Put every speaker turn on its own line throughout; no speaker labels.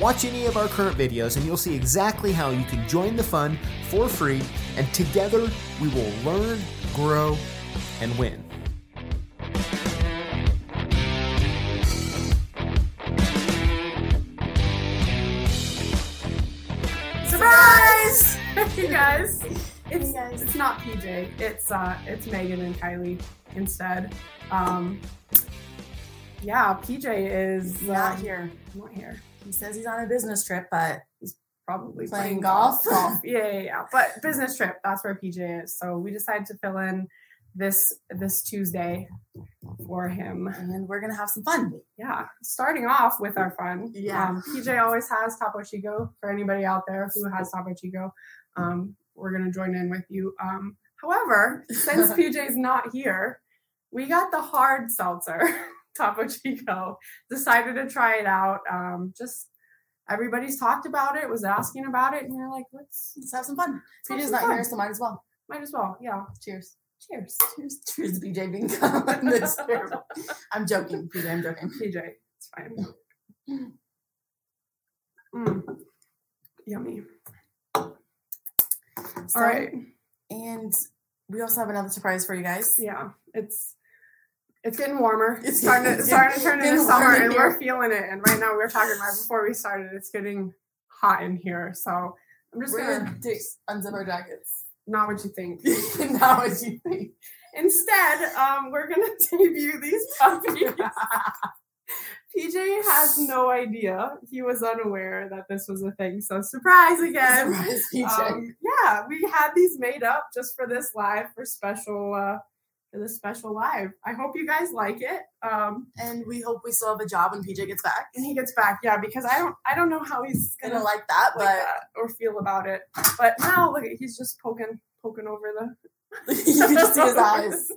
Watch any of our current videos, and you'll see exactly how you can join the fun for free, and together we will learn, grow, and win.
Surprise! you guys, it's,
Hey, guys.
it's not PJ. It's uh, it's Megan and Kylie instead. Um, yeah, PJ is
He's not
um,
here.
Not here.
He says he's on a business trip, but
Probably
Playing golf.
Yeah, yeah, yeah. But business trip. That's where PJ is. So we decided to fill in this this Tuesday for him.
and we're gonna have some fun.
Yeah, starting off with our fun.
Yeah.
Um, PJ always has Topo Chico for anybody out there who has Topo Chico. Um, we're going to join in with you. Um, however, since PJ's not here, we got the hard seltzer, Topo Chico. Decided to try it out. Um, just everybody's talked about it, was asking about it, and we are like, let's,
Let's have some fun.
have
PJ's
some
not
fun.
here, so might as well.
might as well. Yeah.
Cheers.
Cheers.
Cheers. Cheers, BJ being gone. That's terrible. I'm joking, PJ. I'm joking.
PJ, it's fine. Mm. Yummy.
So,
All right.
And we also have another surprise for you guys.
Yeah, it's it's getting warmer.
It's
It's starting to,
getting-
starting to turn
getting
into summer,
warmer
and
here.
we're feeling it. And right now, we were talking right before we started. It's getting hot in here, so I'm just
We're
gonna
gonna take, unzip our jackets.
not what you think.
Now what you think?
Instead, um, we're gonna debut these puppies. PJ has no idea. He was unaware that this was a thing. So surprise again.
Surprise, PJ.
Um, yeah, we had these made up just for this live for special uh for this special live. I hope you guys like it. Um
and we hope we still have a job when PJ gets back.
and he gets back, yeah, because I don't I don't know how he's gonna
Gonna
like
like that, but
that or feel about it. But now look he's just poking poking over the
you can just see his eyes.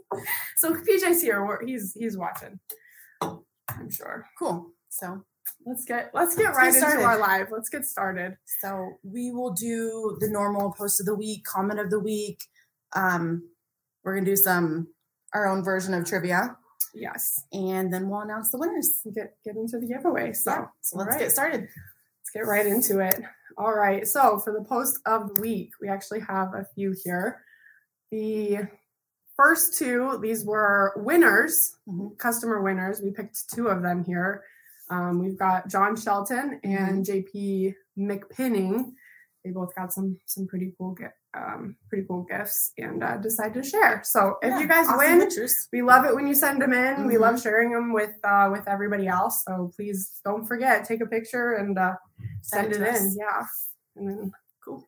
So PJ's here, we're, he's he's watching. I'm sure.
Cool. So
Let's get let's get
Let's
right
get started.
into our live. Let's get started.
So we will do the normal post of the week, comment of the week. Um, we're gonna do some our own version of trivia,
Yes.
and then we'll announce the winners.
Get get into the giveaway. So
Yeah, so let's
All right.
get started.
Let's get right into it. All right. So for the post of the week, we actually have a few here. The first two, these were winners,
Mhm.
customer winners. We picked two of them here. Um, we've got John Shelton
Mm-hmm.
and JP McPinning. They both got some some pretty cool gift, um, pretty cool gifts, and uh, decided to share. So if
Yeah,
you guys
awesome
win,
pictures.
we love it when you send them in. We
Mhm.
love sharing them with uh, with everybody else. So please don't forget, take a picture and uh, send, it,
to
in.
us.
Yeah, and then cool.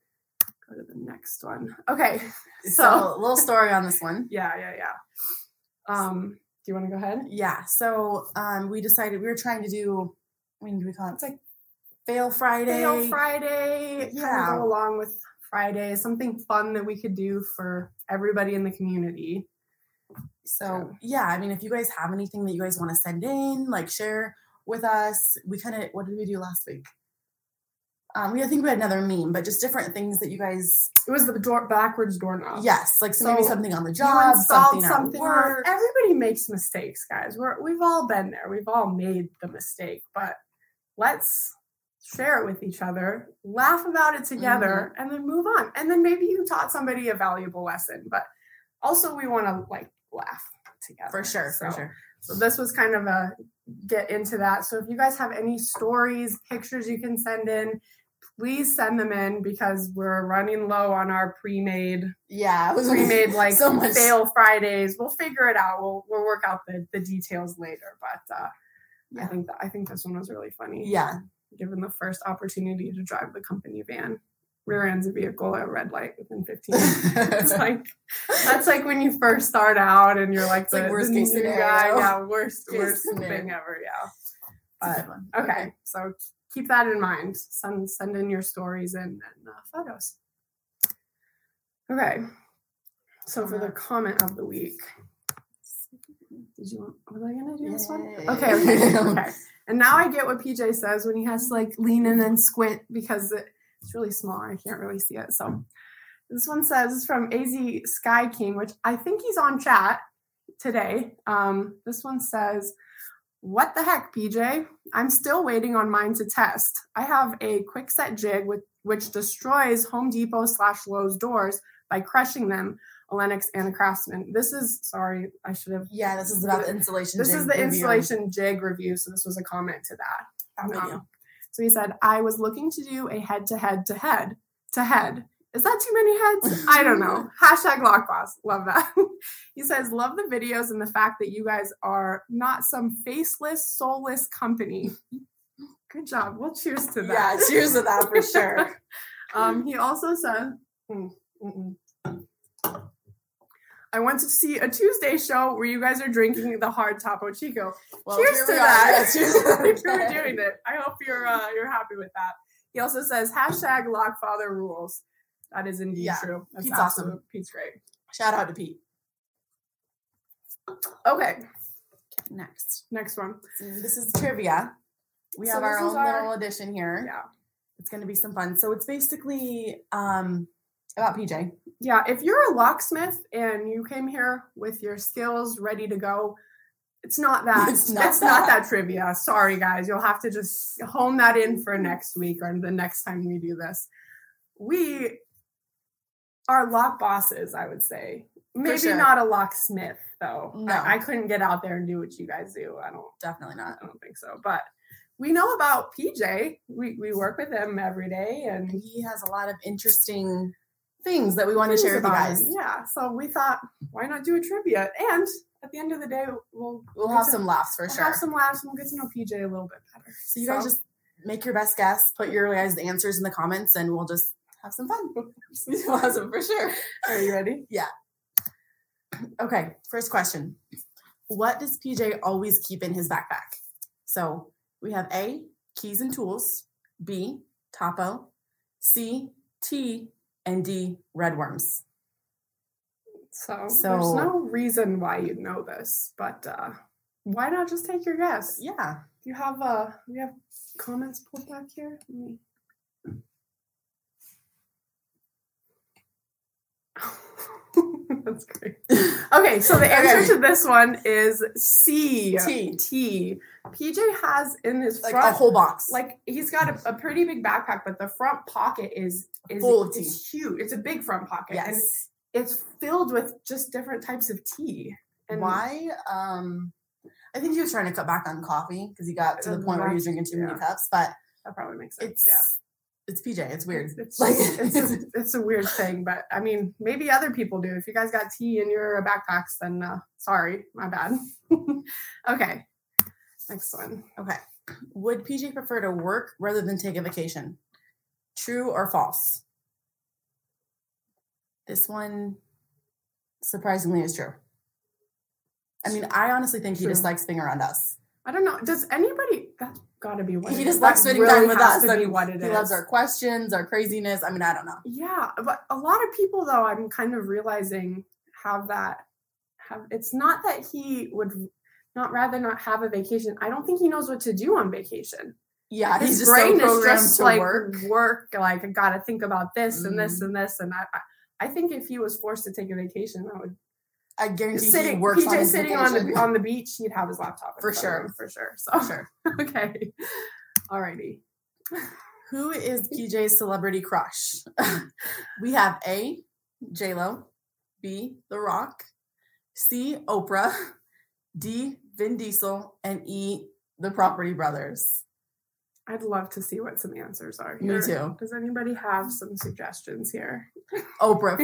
Go to the next one. Okay.
So, a little story on this one.
Yeah, yeah, yeah. Um, do you want to go ahead?
Yeah. So um, we decided we were trying to do. I mean, do we call it? It's like Fail Friday.
Fail Friday. Yeah.
Yeah.
Kind of go along with Friday. Something fun that we could do for everybody in the community.
So yeah, I mean, if you guys have anything that you guys want to send in, like share with us. We kind of what did we do last week? Um, we I think we had another meme, but just different things that you guys
It was the door backwards doorknob.
yes, like so maybe
Oh. So
something on the
You
job,
installed on-
something, at work.
Everybody makes mistakes, guys. We're, we've all been there. We've all made the mistake, but let's share it with each other, laugh about it together,
Mm-hmm.
and then move on. And then maybe you taught somebody a valuable lesson, but also we want to like laugh together
for sure, for
So-
sure.
So this was kind of a get into that. So if you guys have any stories, pictures you can send in, please send them in because we're running low on our pre-made
Yeah, it was
we made like
so much.
fail Fridays. We'll figure it out. We'll we'll work out the, the details later. But uh, I
Yeah.
think that, I think this one was really funny.
Yeah,
Given the first opportunity to drive the company van, rear ends a vehicle at a red light within 15 minutes. It's like that's like when you first start out and you're like
It's
the,
like worst
the
case
new
scenario.
guy. Yeah, worst
Case
worst
scenario.
thing ever. Yeah.
It's a good one.
Okay. So keep that in mind. Send send in your stories and, and uh, photos. Okay. So for the comment of the week, did you want, was I gonna do this one?
Yay.
Okay, okay,
Um,
okay. And now I get what PJ says when he has to like lean in and squint because it, it's really small. I can't really see it. So this one says from AZ Sky King, which I think he's on chat today. Um, this one says, What the heck, PJ? I'm still waiting on mine to test. I have a quick set jig with which destroys Home Depot slash Lowe's doors by crushing them. A Lennox and a Craftsman. This is sorry, I should have
Yeah, this is about the insulation.
this
jig
is the
review.
installation jig review, so this was a comment to that.
That
Um,
video.
so he said, I was looking to do a head to head to head to head. Is that too many heads? I don't know. Hashtag Lockboss. Love that. he says, Love the videos and the fact that you guys are not some faceless, soulless company. Good job. We'll cheers to that.
Yeah, cheers to that for sure.
Um, he also said, Mm, mm-mm. I went to see a Tuesday show where you guys are drinking the hard Topo Chico. Cheers
here
to
we are.
that.
Yeah, cheers to
If you were
that.
doing it. I hope you're uh, you're happy with that. He also says hashtag Lockfather rules. That is indeed
Yeah,
true. That's
Pete's awesome.
absolute- Pete's great.
Shout out to Pete.
Okay,
Next.
next one.
This is trivia. We
So
have our
this is
own
our-
little edition here.
Yeah.
It's going to be some fun. So it's basically um, about PJ.
Yeah, if you're a locksmith and you came here with your skills ready to go, it's not that.
It's not
not
that.
that trivia. Sorry, guys. You'll have to just hone that in for next week or the next time we do this. We are lock bosses, I would say. Maybe
sure.
not a locksmith, though. I-
No.
I couldn't get out there and do what you guys do. I don't.
Definitely not.
I don't think so. But we know about PJ. We we work with him every day, and
And he has a lot of interesting things that we want to
things
share with you
about
guys.
him. Yeah. So we thought, why not do a trivia? And at the end of the day, we'll
We'll
get
have
to-
some laughs for
we'll
sure.
have some laughs and we'll get to know PJ a little bit better.
so you guys just make your best guess, put your guys' answers in the comments, and we'll just have some fun. we'll have some for sure.
are you ready?
Okay, first question. What does PJ always keep in his backpack? So we have A, keys and tools, B, topo, C, T, and D, red worms.
So, there's
So-
no reason why you'd know this, but uh, why not just take your guess?
Yeah.
Do You have uh, we have comments pulled back here. Let me- That's great. Okay, so the answer
Okay.
to this one is C.
T.
T. PJ has in his
Like
front,
a whole box.
like he's got a, a pretty big backpack, but the front pocket is is
Full of
is huge. It's a big front pocket, and
yes.
it's filled with just different types of tea. And
Why? Um, I think he was trying to cut back on coffee because he got to the point where he was drinking too many
Yeah.
cups, but
That probably makes sense.
it's
yeah.
it's PJ. It's weird.
It's,
Like-
it's, a, it's a weird thing, but I mean, maybe other people do. If you guys got tea in your backpacks, then uh, sorry, my bad. okay, next one.
Okay. Would PJ prefer to work rather than take a vacation? True or false? This one surprisingly is true. I mean, I honestly think he
True.
just likes being around us.
I don't know. Does anybody? That's got to be what
he
it
just
is. That
likes spending
really
time with
has
us.
To
I
be
mean,
what it
he loves
is.
our questions, our craziness. I mean, I don't know.
Yeah, but a lot of people though I'm kind of realizing have that have it's not that he would not rather not have a vacation. I don't think he knows what to do on vacation.
Yeah,
His
he's just
brain
so
is
programmed
just
to
like
work.
work. like I gotta think about this and this
Mhm.
and this and I, I I think if he was forced to take a vacation, that would
I guarantee he
sitting
works
PJ
on his
sitting
vacation.
on the on the beach, he'd have his laptop in
For
front of
sure.
him, for sure. So
Sure.
okay, alrighty.
Who is PJ's celebrity crush? we have A, J Lo, B, The Rock, C, Oprah, D, Vin Diesel, and E, The Property Brothers.
I'd love to see what some answers are
Me
here.
too.
Does anybody have some suggestions here?
Oprah,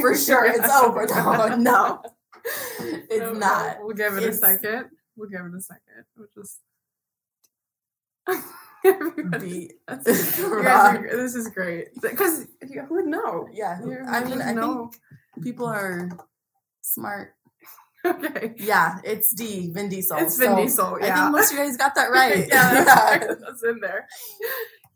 for sure. It's Oprah. No, no. it's
No, no,
not.
We'll give it a
It's-
second. We'll give it a second. We'll just. Everybody-
B.
you
The
guys
Rock.
are- this is great because who would know?
Yeah, who-
You
I mean,
would
I think
know.
people are smart.
okay,
Yeah, it's D, Vin Diesel.
it's Vin
So
Diesel.
I
Yeah,
think most of you guys got that right.
yeah,
Yeah.
that's, that's in there.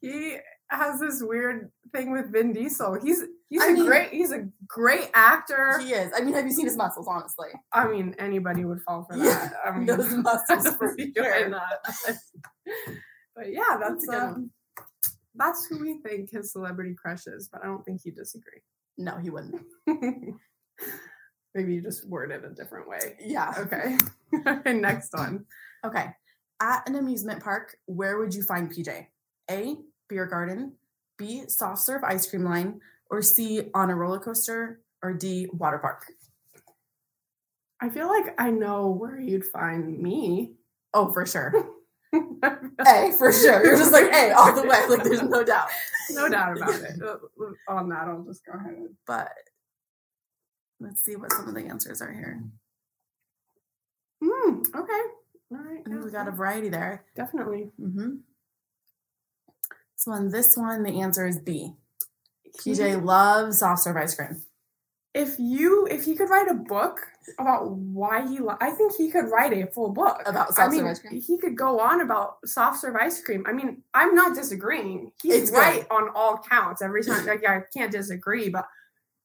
he has this weird thing with Vin Diesel. He's he's
I
a
mean-
great he's a great actor.
He is. I mean, have you seen his muscles? Honestly,
I mean, anybody would fall for
Yeah,
that. I mean,
those muscles for
doing
sure.
that. but yeah, that's
That's a good
um, that's who we think his celebrity crush is. But I don't think he disagree.
No, he wouldn't.
Maybe you just word it a different way.
Yeah.
Okay. Next one.
Okay. At an amusement park, where would you find PJ? A. Beer garden. B. Soft serve ice cream line. Or C. On a roller coaster. Or D. Water park.
I feel like I know where you'd find me.
Oh, for sure. A for sure. You're just like A all the way. Like there's no doubt.
no doubt about it. Uh, On that, I'll just go ahead. and-
But let's see what some of the answers are here.
Mm, okay. All right.
Ooh, we
yeah,
got a
yeah,
variety there.
definitely.
Mm-hmm. So on this one, the answer is B. PJ loves soft serve ice cream.
if you if he could write a book about why he li- I think he could write a full book
About
I
soft-serve
mean,
ice cream?
He could go on about soft serve ice cream. I mean, I'm not disagreeing. He's
It's good.
right on all counts every time. Like I can't disagree, but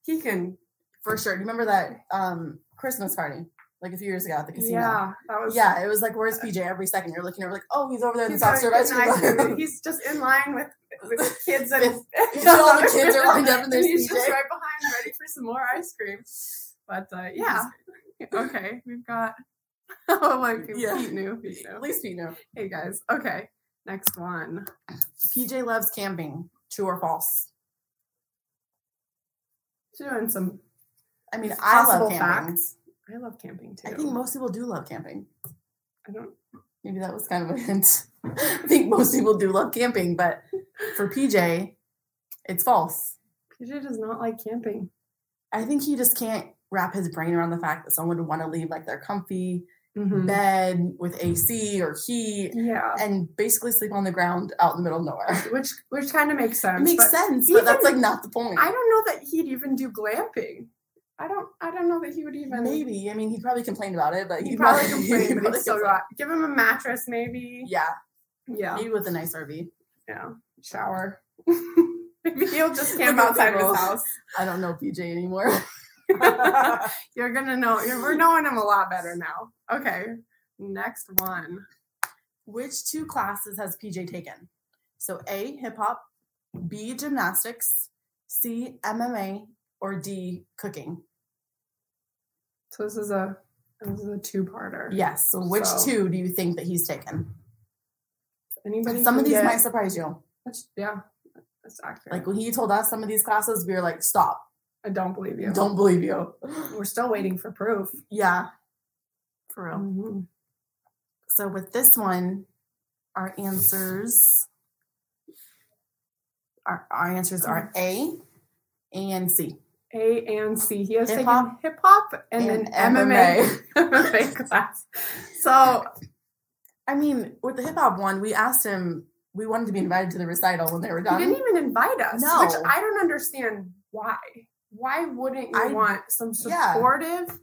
he can.
For sure. Do you remember that um Christmas party? Like a few years ago at the casino.
Yeah, that was
Yeah, it was like where's PJ every second. You're looking over like, oh, he's over there in the
He's,
soft serve
having
ice
good ice
cream.
cream.
line.
He's just in line with, with kids and
It's- all the kids are lined up and there's
he's just
PJ.
right behind, ready for some more ice cream. But uh, yeah, okay, we've got. Oh, like
Yeah.
Pete knew, Pete knew.
At least you know.
Hey guys. Okay. Next one.
PJ loves camping. True or false?
She's doing some.
I mean, I
Possible
love camping.
I love camping too.
I think most people do love camping.
I don't.
Maybe that was kind of a hint. I think most people do love camping, but for PJ, it's false.
PJ does not like camping.
I think he just can't wrap his brain around the fact that someone would want to leave like their comfy Mm-hmm.
Mhm.
bed with AC or heat
Yeah.
and basically sleep on the ground out in the middle of nowhere.
Which which kind of makes sense.
It makes
but
sense, but that's like
even-
not the point.
I don't know that he'd even do glamping. I don't. I don't know that he would even.
Maybe. I mean, he probably complained about it, but
He probably
he
complained, but
probably
he'd still
complained.
got. Give him a mattress, maybe.
Yeah,
Yeah.
maybe with a nice RV.
Yeah. Shower. maybe he'll just camp
Look at
outside of
people.
his house.
I don't know PJ anymore.
You're gonna know. You're, we're knowing him a lot better now. Okay. Next one.
Which two classes has PJ taken? So A, hip hop, B, gymnastics, C, MMA, or D, cooking.
So this is a this is a two parter.
Yes. So which
So-
two do you think that he's taken?
Anybody?
Some
can
of these
get-
might surprise you.
that's- yeah, that's accurate.
Like when he told us some of these classes, we were like, stop.
I don't believe you.
Don't believe you.
We're still waiting for proof.
Yeah. For real. So with this one, our answers our, our answers are A and C.
A and C. He has
Hip
taken
hop.
hip hop and, then MMA, MMA class. So
I mean, with the hip hop one, we asked him. We wanted to be invited to the recital when they were
he didn't
done.
even invite us,
No.
which I don't understand why. Why wouldn't you
I-
want some
yeah.
supportive,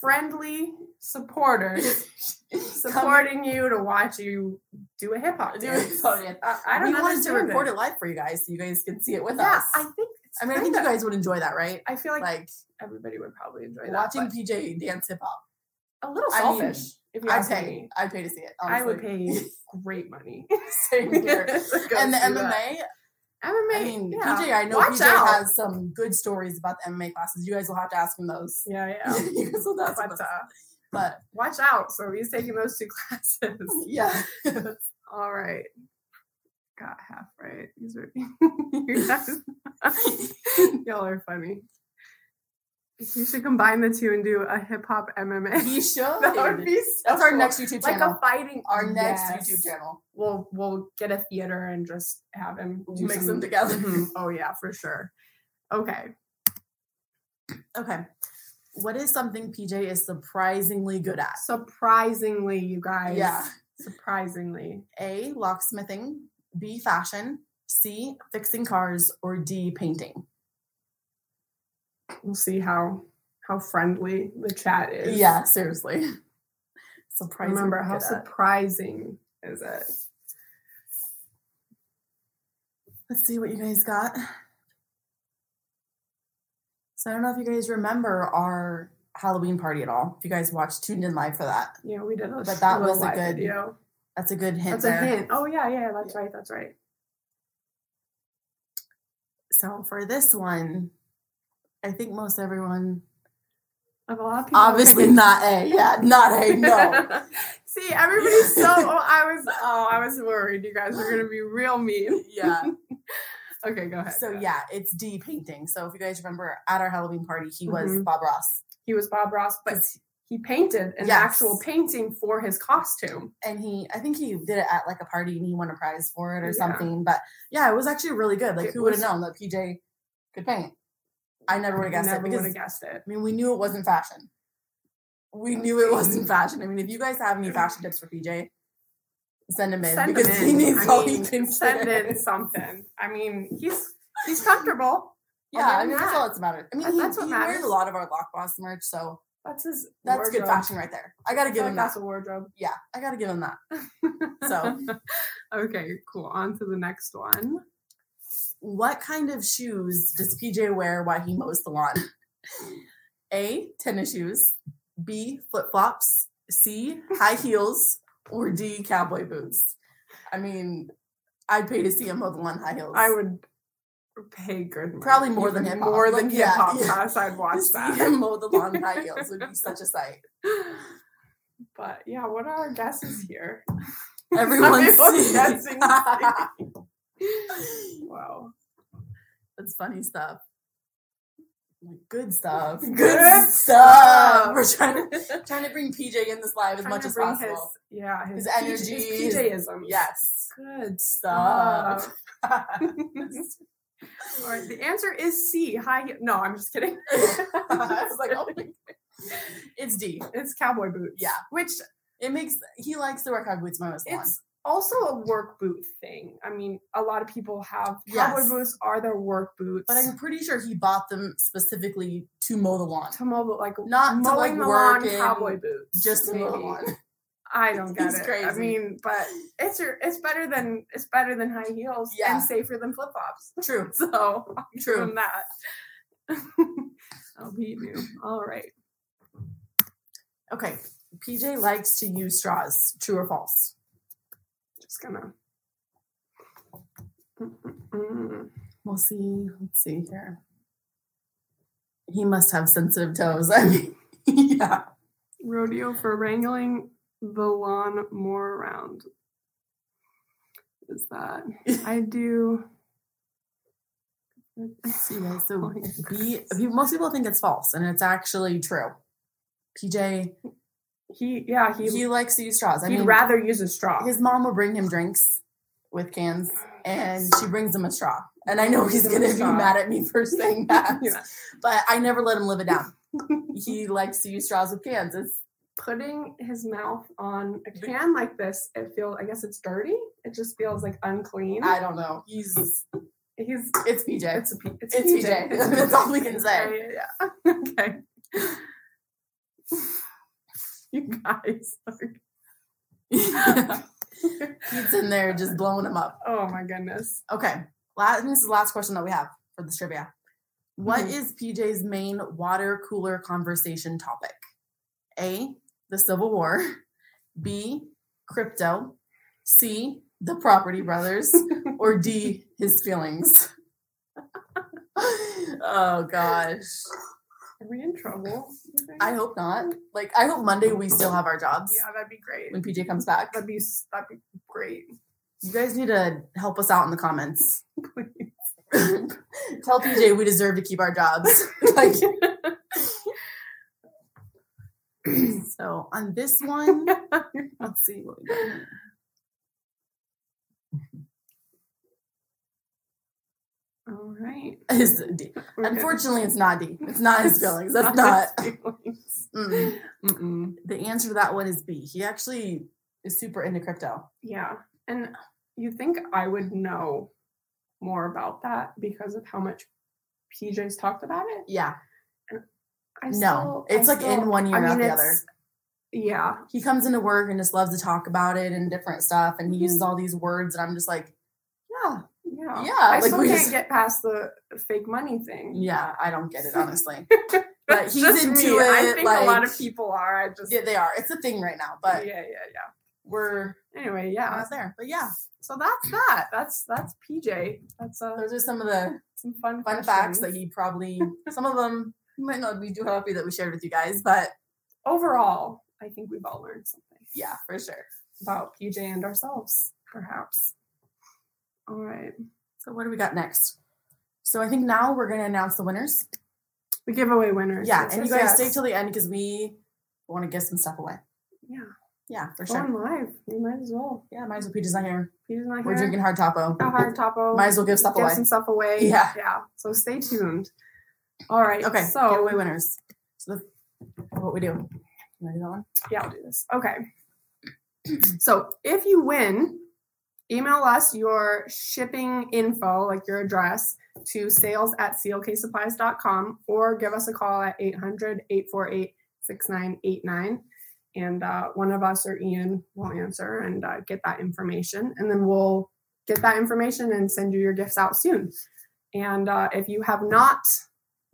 friendly supporters supporting you to watch you do a hip hop
Do a hip
dance?
hop dance.
I, I don't
we wanted to
understand
record
it.
it live for you guys, so you guys can see it with
yeah,
us.
I think. it's
I mean, I think you
kinda-
guys would enjoy that, right?
I feel like,
Like
everybody would probably enjoy
watching
that.
PJ dance hip hop.
but A little
I mean,
selfish. if you
I'd
ask
pay.
me.
I'd pay to see it.
I would
honestly.
pay you great money.
Same here.
To go
and the
see
MMA.
that. MMA.
I mean,
yeah.
PJ. I know
Watch
PJ
out.
has some good stories about the MMA classes. You guys will have to ask him those.
yeah, yeah.
you guys will have to ask him
but
those.
uh,
But
watch out. So he's taking those two classes.
yeah,
All right. Got half right. These are you guys. Y'all are funny. You should combine the two and do a hip hop MMA.
he should.
That would be so
That's our
cool.
next YouTube
like
channel.
a fighting
our next
Yes.
YouTube channel.
We'll we'll get a theater and just have him do
Mix
some-
them together.
Mhm. Oh yeah, for sure. Okay.
Okay. What is something PJ is surprisingly good at?
Surprisingly, you guys.
Yeah.
Surprisingly.
A. Locksmithing. B. Fashion. C. Fixing cars. Or D. Painting.
We'll see how how friendly the chat is.
Yeah, seriously. Surprisingly
Remember how
good at.
surprising is it?
Let's see what you guys got. So I don't know if you guys remember our Halloween party at all. If you guys watched tuned in live for that,
Yeah, we did a
But that
little
was a
live
good
video.
that's a good
That's
hint there.
a hint. Oh yeah, yeah, that's right, that's right.
So for this one, I think most everyone
Of a lot of people
obviously not A. Yeah, not A. No.
See, everybody's so. Oh, I was. Oh, I was worried. You guys were gonna be real mean.
yeah.
Okay, go ahead.
So
go ahead.
yeah, it's D painting. So if you guys remember at our Halloween party, he was
Mhm.
Bob Ross.
he was Bob Ross, but he painted an
Yes.
actual painting for his costume.
and he I think he did it at like a party and he won a prize for it or
Yeah.
something. But yeah, it was actually really good. Like
It
who would have
was-
known that PJ could paint? I never would have guessed
Never
it because
would have guessed it.
I mean we knew it wasn't fashion. We knew it wasn't fashion. I mean, if you guys have any fashion tips for PJ, send him in
Send him
because he
in.
needs
I
all
mean,
he can
Send
fit.
in something. I mean, he's he's comfortable.
Yeah,
I'll
I
give
mean
him
that's
that.
all that's matter. I mean,
That-
he,
that's what
he wears
matters.
a lot of our Lockboss merch, so
That's his.
that's good
wardrobe.
fashion right there. I gotta
I
give
feel
him
like that's
that.
a wardrobe.
Yeah, I gotta give him that. So.
okay, cool. On to the next one.
what kind of shoes does PJ wear while he mows the lawn? A, tennis shoes. B, flip flops. C, high heels. Or D, cowboy boots. I mean, I'd pay to see him mow the lawn in high heels.
I would pay good. money.
Probably more than
Even
hip-hop.
More than
Like,
hip
yeah,
hop
yeah.
class. I'd watch
To see
that.
him mow the lawn in high heels would be such a sight.
but yeah, what are our guesses here?
Everyone's
Everyone's guessing. wow.
That's funny stuff. Like, Good stuff. Good,
Good
stuff.
stuff.
We're trying to trying to bring PJ in this live as
Trying
much
to
as
bring
possible.
His, yeah, his,
His
PJ
energy, his-
his PJism.
Yes.
Good
Stop.
stuff. All right, the answer is C. High. he- No, I'm just kidding.
I was like, oh my God. It's D.
It's cowboy boots.
Yeah.
which
It makes he likes the workout boots my most one.
it's also a work boot thing. I mean, a lot of people have
Yes.
cowboy boots are their work boots.
But I'm pretty sure he bought them specifically to mow the lawn.
to mow the like
Not to, like,
mowing the
work
lawn
in,
cowboy boots.
Just to mow the
maybe.
lawn.
I don't get
It's
it. I
crazy.
mean, but it's your it's better than it's better than high heels
Yeah.
and safer than flip flops.
True.
So I'll give
True.
him that. I'll beat you. All right.
Okay. PJ likes to use straws. True or false?
Just gonna Mm-mm-mm.
We'll see. Let's see here. He must have sensitive toes. I mean, yeah.
rodeo for wrangling the lawn more around. Is that I do
So yeah, so B, pe- most people think it's false, and it's actually true. PJ,
he yeah, he,
he,
he
likes to use straws. I
would
mean,
rather use a straw.
his mom will bring him drinks with cans, and she brings him a straw. And I know
Brings
he's
him a
gonna be
straw.
mad at me for saying that,
Yeah.
but I never let him live it down. he likes to use straws with cans. It's
putting his mouth on a can like this, it feels I guess it's dirty. It just feels like unclean.
I don't know. He's
He's
it's PJ.
it's a P- it's,
It's PJ. That's all we can say.
Yeah, yeah, yeah. Okay. you guys. are-
he's in there just blowing him up.
oh my goodness.
Okay. Last, this is the last question that we have for this trivia. What
Mhm.
is PJ's main water cooler conversation topic? A, the Civil War. B, crypto. C, the Property Brothers. or D, his feelings. oh gosh.
Are we in trouble? you think?
I hope not. Like, I hope Monday we still have our jobs
yeah, that'd be great.
when PJ comes back.
That'd be s- that'd be great.
You guys need to help us out in the comments. Tell PJ we deserve to keep our jobs. like, so on this one, let's see what we got. here.
All right.
It's D.
We're good.
Unfortunately, it's not D. It's not his feelings. That's not.
Not his feelings.
Mm.
Mm-mm.
The answer to that one is B. He actually is super into crypto.
Yeah. And you think I would know more about that because of how much PJ's talked about it?
Yeah.
I
no,
still-
it's
I
like in
still-
one ear
I
and out
mean,
the
it's-
other.
Yeah.
He comes into work and just loves to talk about it and different stuff, and he uses all these words, and I'm just like, yeah,
Yeah. know.
Yeah,
I
like
still
we
can't
just-
get past the fake money thing.
Yeah, I don't get it honestly. But
That's
he's
just
into
me. I
it,
think a lot
like-
of people are. I just
yeah, they are. It's a thing right now, but
yeah, yeah, yeah.
we're
Anyway, yeah.
not there. But yeah,
So that's that. That's that's PJ. That's uh,
those are some of the
some fun
fun facts that he probably some of them you might not be too happy that we shared with you guys, but
overall, I think we've all learned something
yeah, for sure.
about PJ and ourselves, perhaps. All right,
So what do we got next? So I think now we're gonna announce the winners.
the giveaway winners.
Yeah,
Yes,
and you
yes,
guys stay
yes.
till the end because we want to give some stuff away.
yeah,
Yeah, for
go
sure.
on live. We might as well.
Yeah, might as well Peter's not here.
PJ's not here.
We're drinking hard topo.
a hard topo.
Might as well Oh, give stuff
give
away.
some stuff away.
Yeah.
yeah. So stay tuned. All right.
Okay,
So
giveaway winners. So the, what we do? You wanna do that one?
Yeah, I'll do this. Okay. So if you win, email us your shipping info, like your address, to sales at clksupplies.com or give us a call at 800 848 6989. And uh, one of us or Ian will answer and uh, get that information. And then we'll get that information and send you your gifts out soon. And uh, if you have not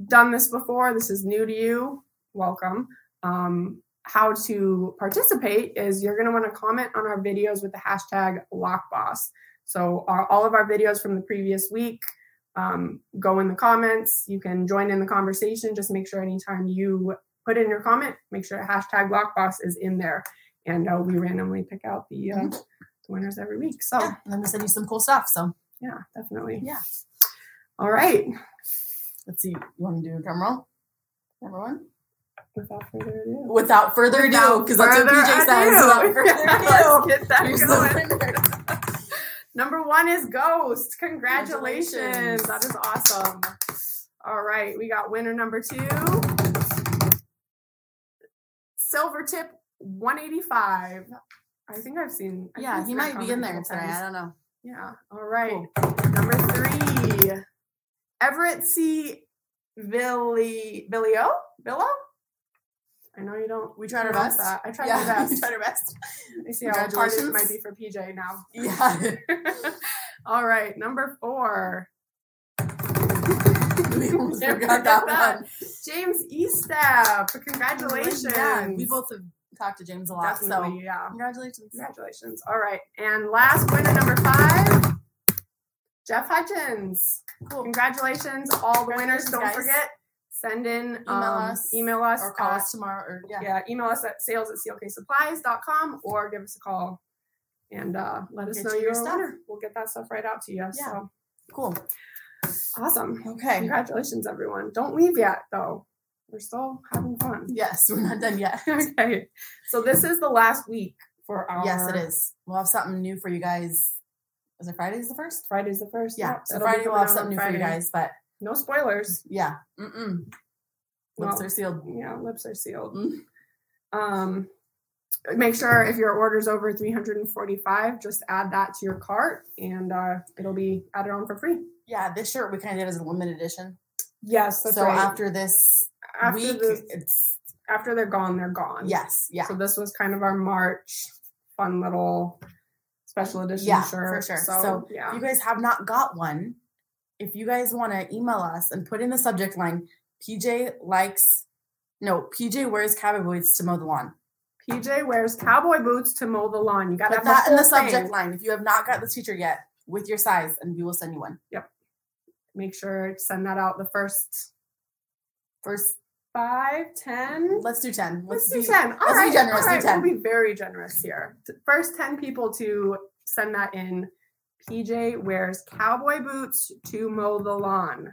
done this before, this is new to you, welcome. Um, how to participate is you're going to want to comment on our videos with the hashtag lockboss so our, all of our videos from the previous week um, go in the comments you can join in the conversation just make sure anytime you put in your comment make sure hashtag lockboss is in there and uh, we randomly pick out the, uh, the winners every week so
Yeah, Oh, and then we send you some cool stuff. So
yeah definitely
Yeah.
all right
let's see. You want to do a drum roll? Number one.
without further ado
Without further ado, because that's
Without
what PJ says.
further ado. Let's
Without further ado.
get that
Here's the
going.
winner.
Number one is Ghost. Congratulations.
Congratulations.
That is awesome. All right, we got winner number two. Silvertip 185. I think I've seen. I
Yeah,
think
he
I've
might be in
commented
there
a couple
today. I
times.
don't know.
Yeah. All right. Number three. Everett C. Villi Villio? Villo? I know you don't.
We tried our
pronounce
best.
That. I tried
Yeah,
my
we
best.
tried our best.
I see how hard it
Congratulations.
might be for PJ now.
Yeah.
All right, number four,
we almost
Can't
forgot
forget
that,
that.
one.
James Estep. Congratulations.
Yeah, we both have talked to James a lot.
Definitely,
So
yeah.
congratulations.
Congratulations. All right, and last winner number five, Jeff Hutchins.
Cool.
Congratulations, all the winners. Don't
Congratulations, guys.
forget, send in
Email
um,
us
email us
Or call
at-
us tomorrow. Or yeah.
yeah. email us at sales at clksupplies.com or give us a call and uh, let us
Get
know
you
your
your
stuff.
stuff.
We'll get that stuff right out to you. So
Cool.
awesome.
Okay.
Congratulations, everyone. Don't leave yet, though. We're still having fun.
Yes, we're not done yet.
okay. So this is the last week for our.
Yes, it is. We'll have something new for you guys. Is it Friday's the first?
Friday's the first.
Yeah.
Yep,
So
it'll be
Friday we'll
coming
have
out on
something new for you
Friday.
guys, but
No spoilers.
yeah. Mm-mm. Lips
Well,
are sealed.
Yeah, lips are sealed.
Mm.
Um, make sure if your order's over 345, just add that to your cart, and uh, it'll be added on for free.
Yeah, this shirt we kind of did as a limited edition.
Yes, that's
so
right.
after this
after
week,
the-
it's
after they're gone, they're gone.
yes, yeah,
So this was kind of our March fun little special edition
Yeah,
shirt.
for sure.
So,
So
yeah.
you guys have not got one, if you guys want to email us and put in the subject line, PJ likes, no, PJ wears cowboy boots to mow the lawn.
PJ wears cowboy boots to mow the lawn. You got to
Put
have
that in the
whole thing.
subject line if you have not got this t-shirt yet with your size, and we will send you one
Make sure to send that out the first
first.
five, ten.
Let's do ten.
Let's do ten. All
let's be
right,
generous,
all
do
right,
10.
We'll be very generous here. T- First ten people to send that in. PJ wears cowboy boots to mow the lawn.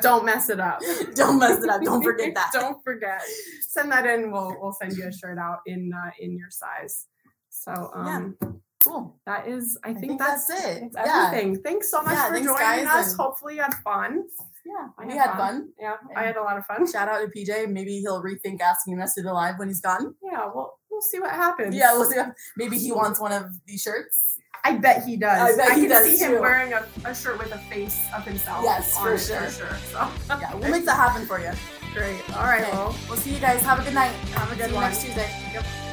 Don't mess it up.
Don't mess it up. Don't forget that.
Don't forget. Send that in. We'll we'll send you a shirt out in uh, in your size. So um,
Cool.
that is, I think,
think
that's,
that's it.
It's
Yeah.
everything. Thanks so much
Yeah,
for
thanks,
joining
guys,
us.
and-
Hopefully, you had fun.
Yeah,
I
we
had
had
fun.
fun.
Yeah, I had a lot of fun.
Shout out to PJ. Maybe he'll rethink asking us to the live when he's gone.
Yeah, well, we'll see what happens.
Yeah, we'll see. Maybe he wants one of these shirts.
I bet he does.
I bet he
can
does,
see him
too.
wearing a, a shirt with a face of himself.
Yes,
on
for
it,
sure.
For sure. So
Yeah, we'll make that happen for you.
great. All right.
Okay.
Well,
We'll see you guys. Have a good night.
have a
See
good
you
one.
next Tuesday.
Yep.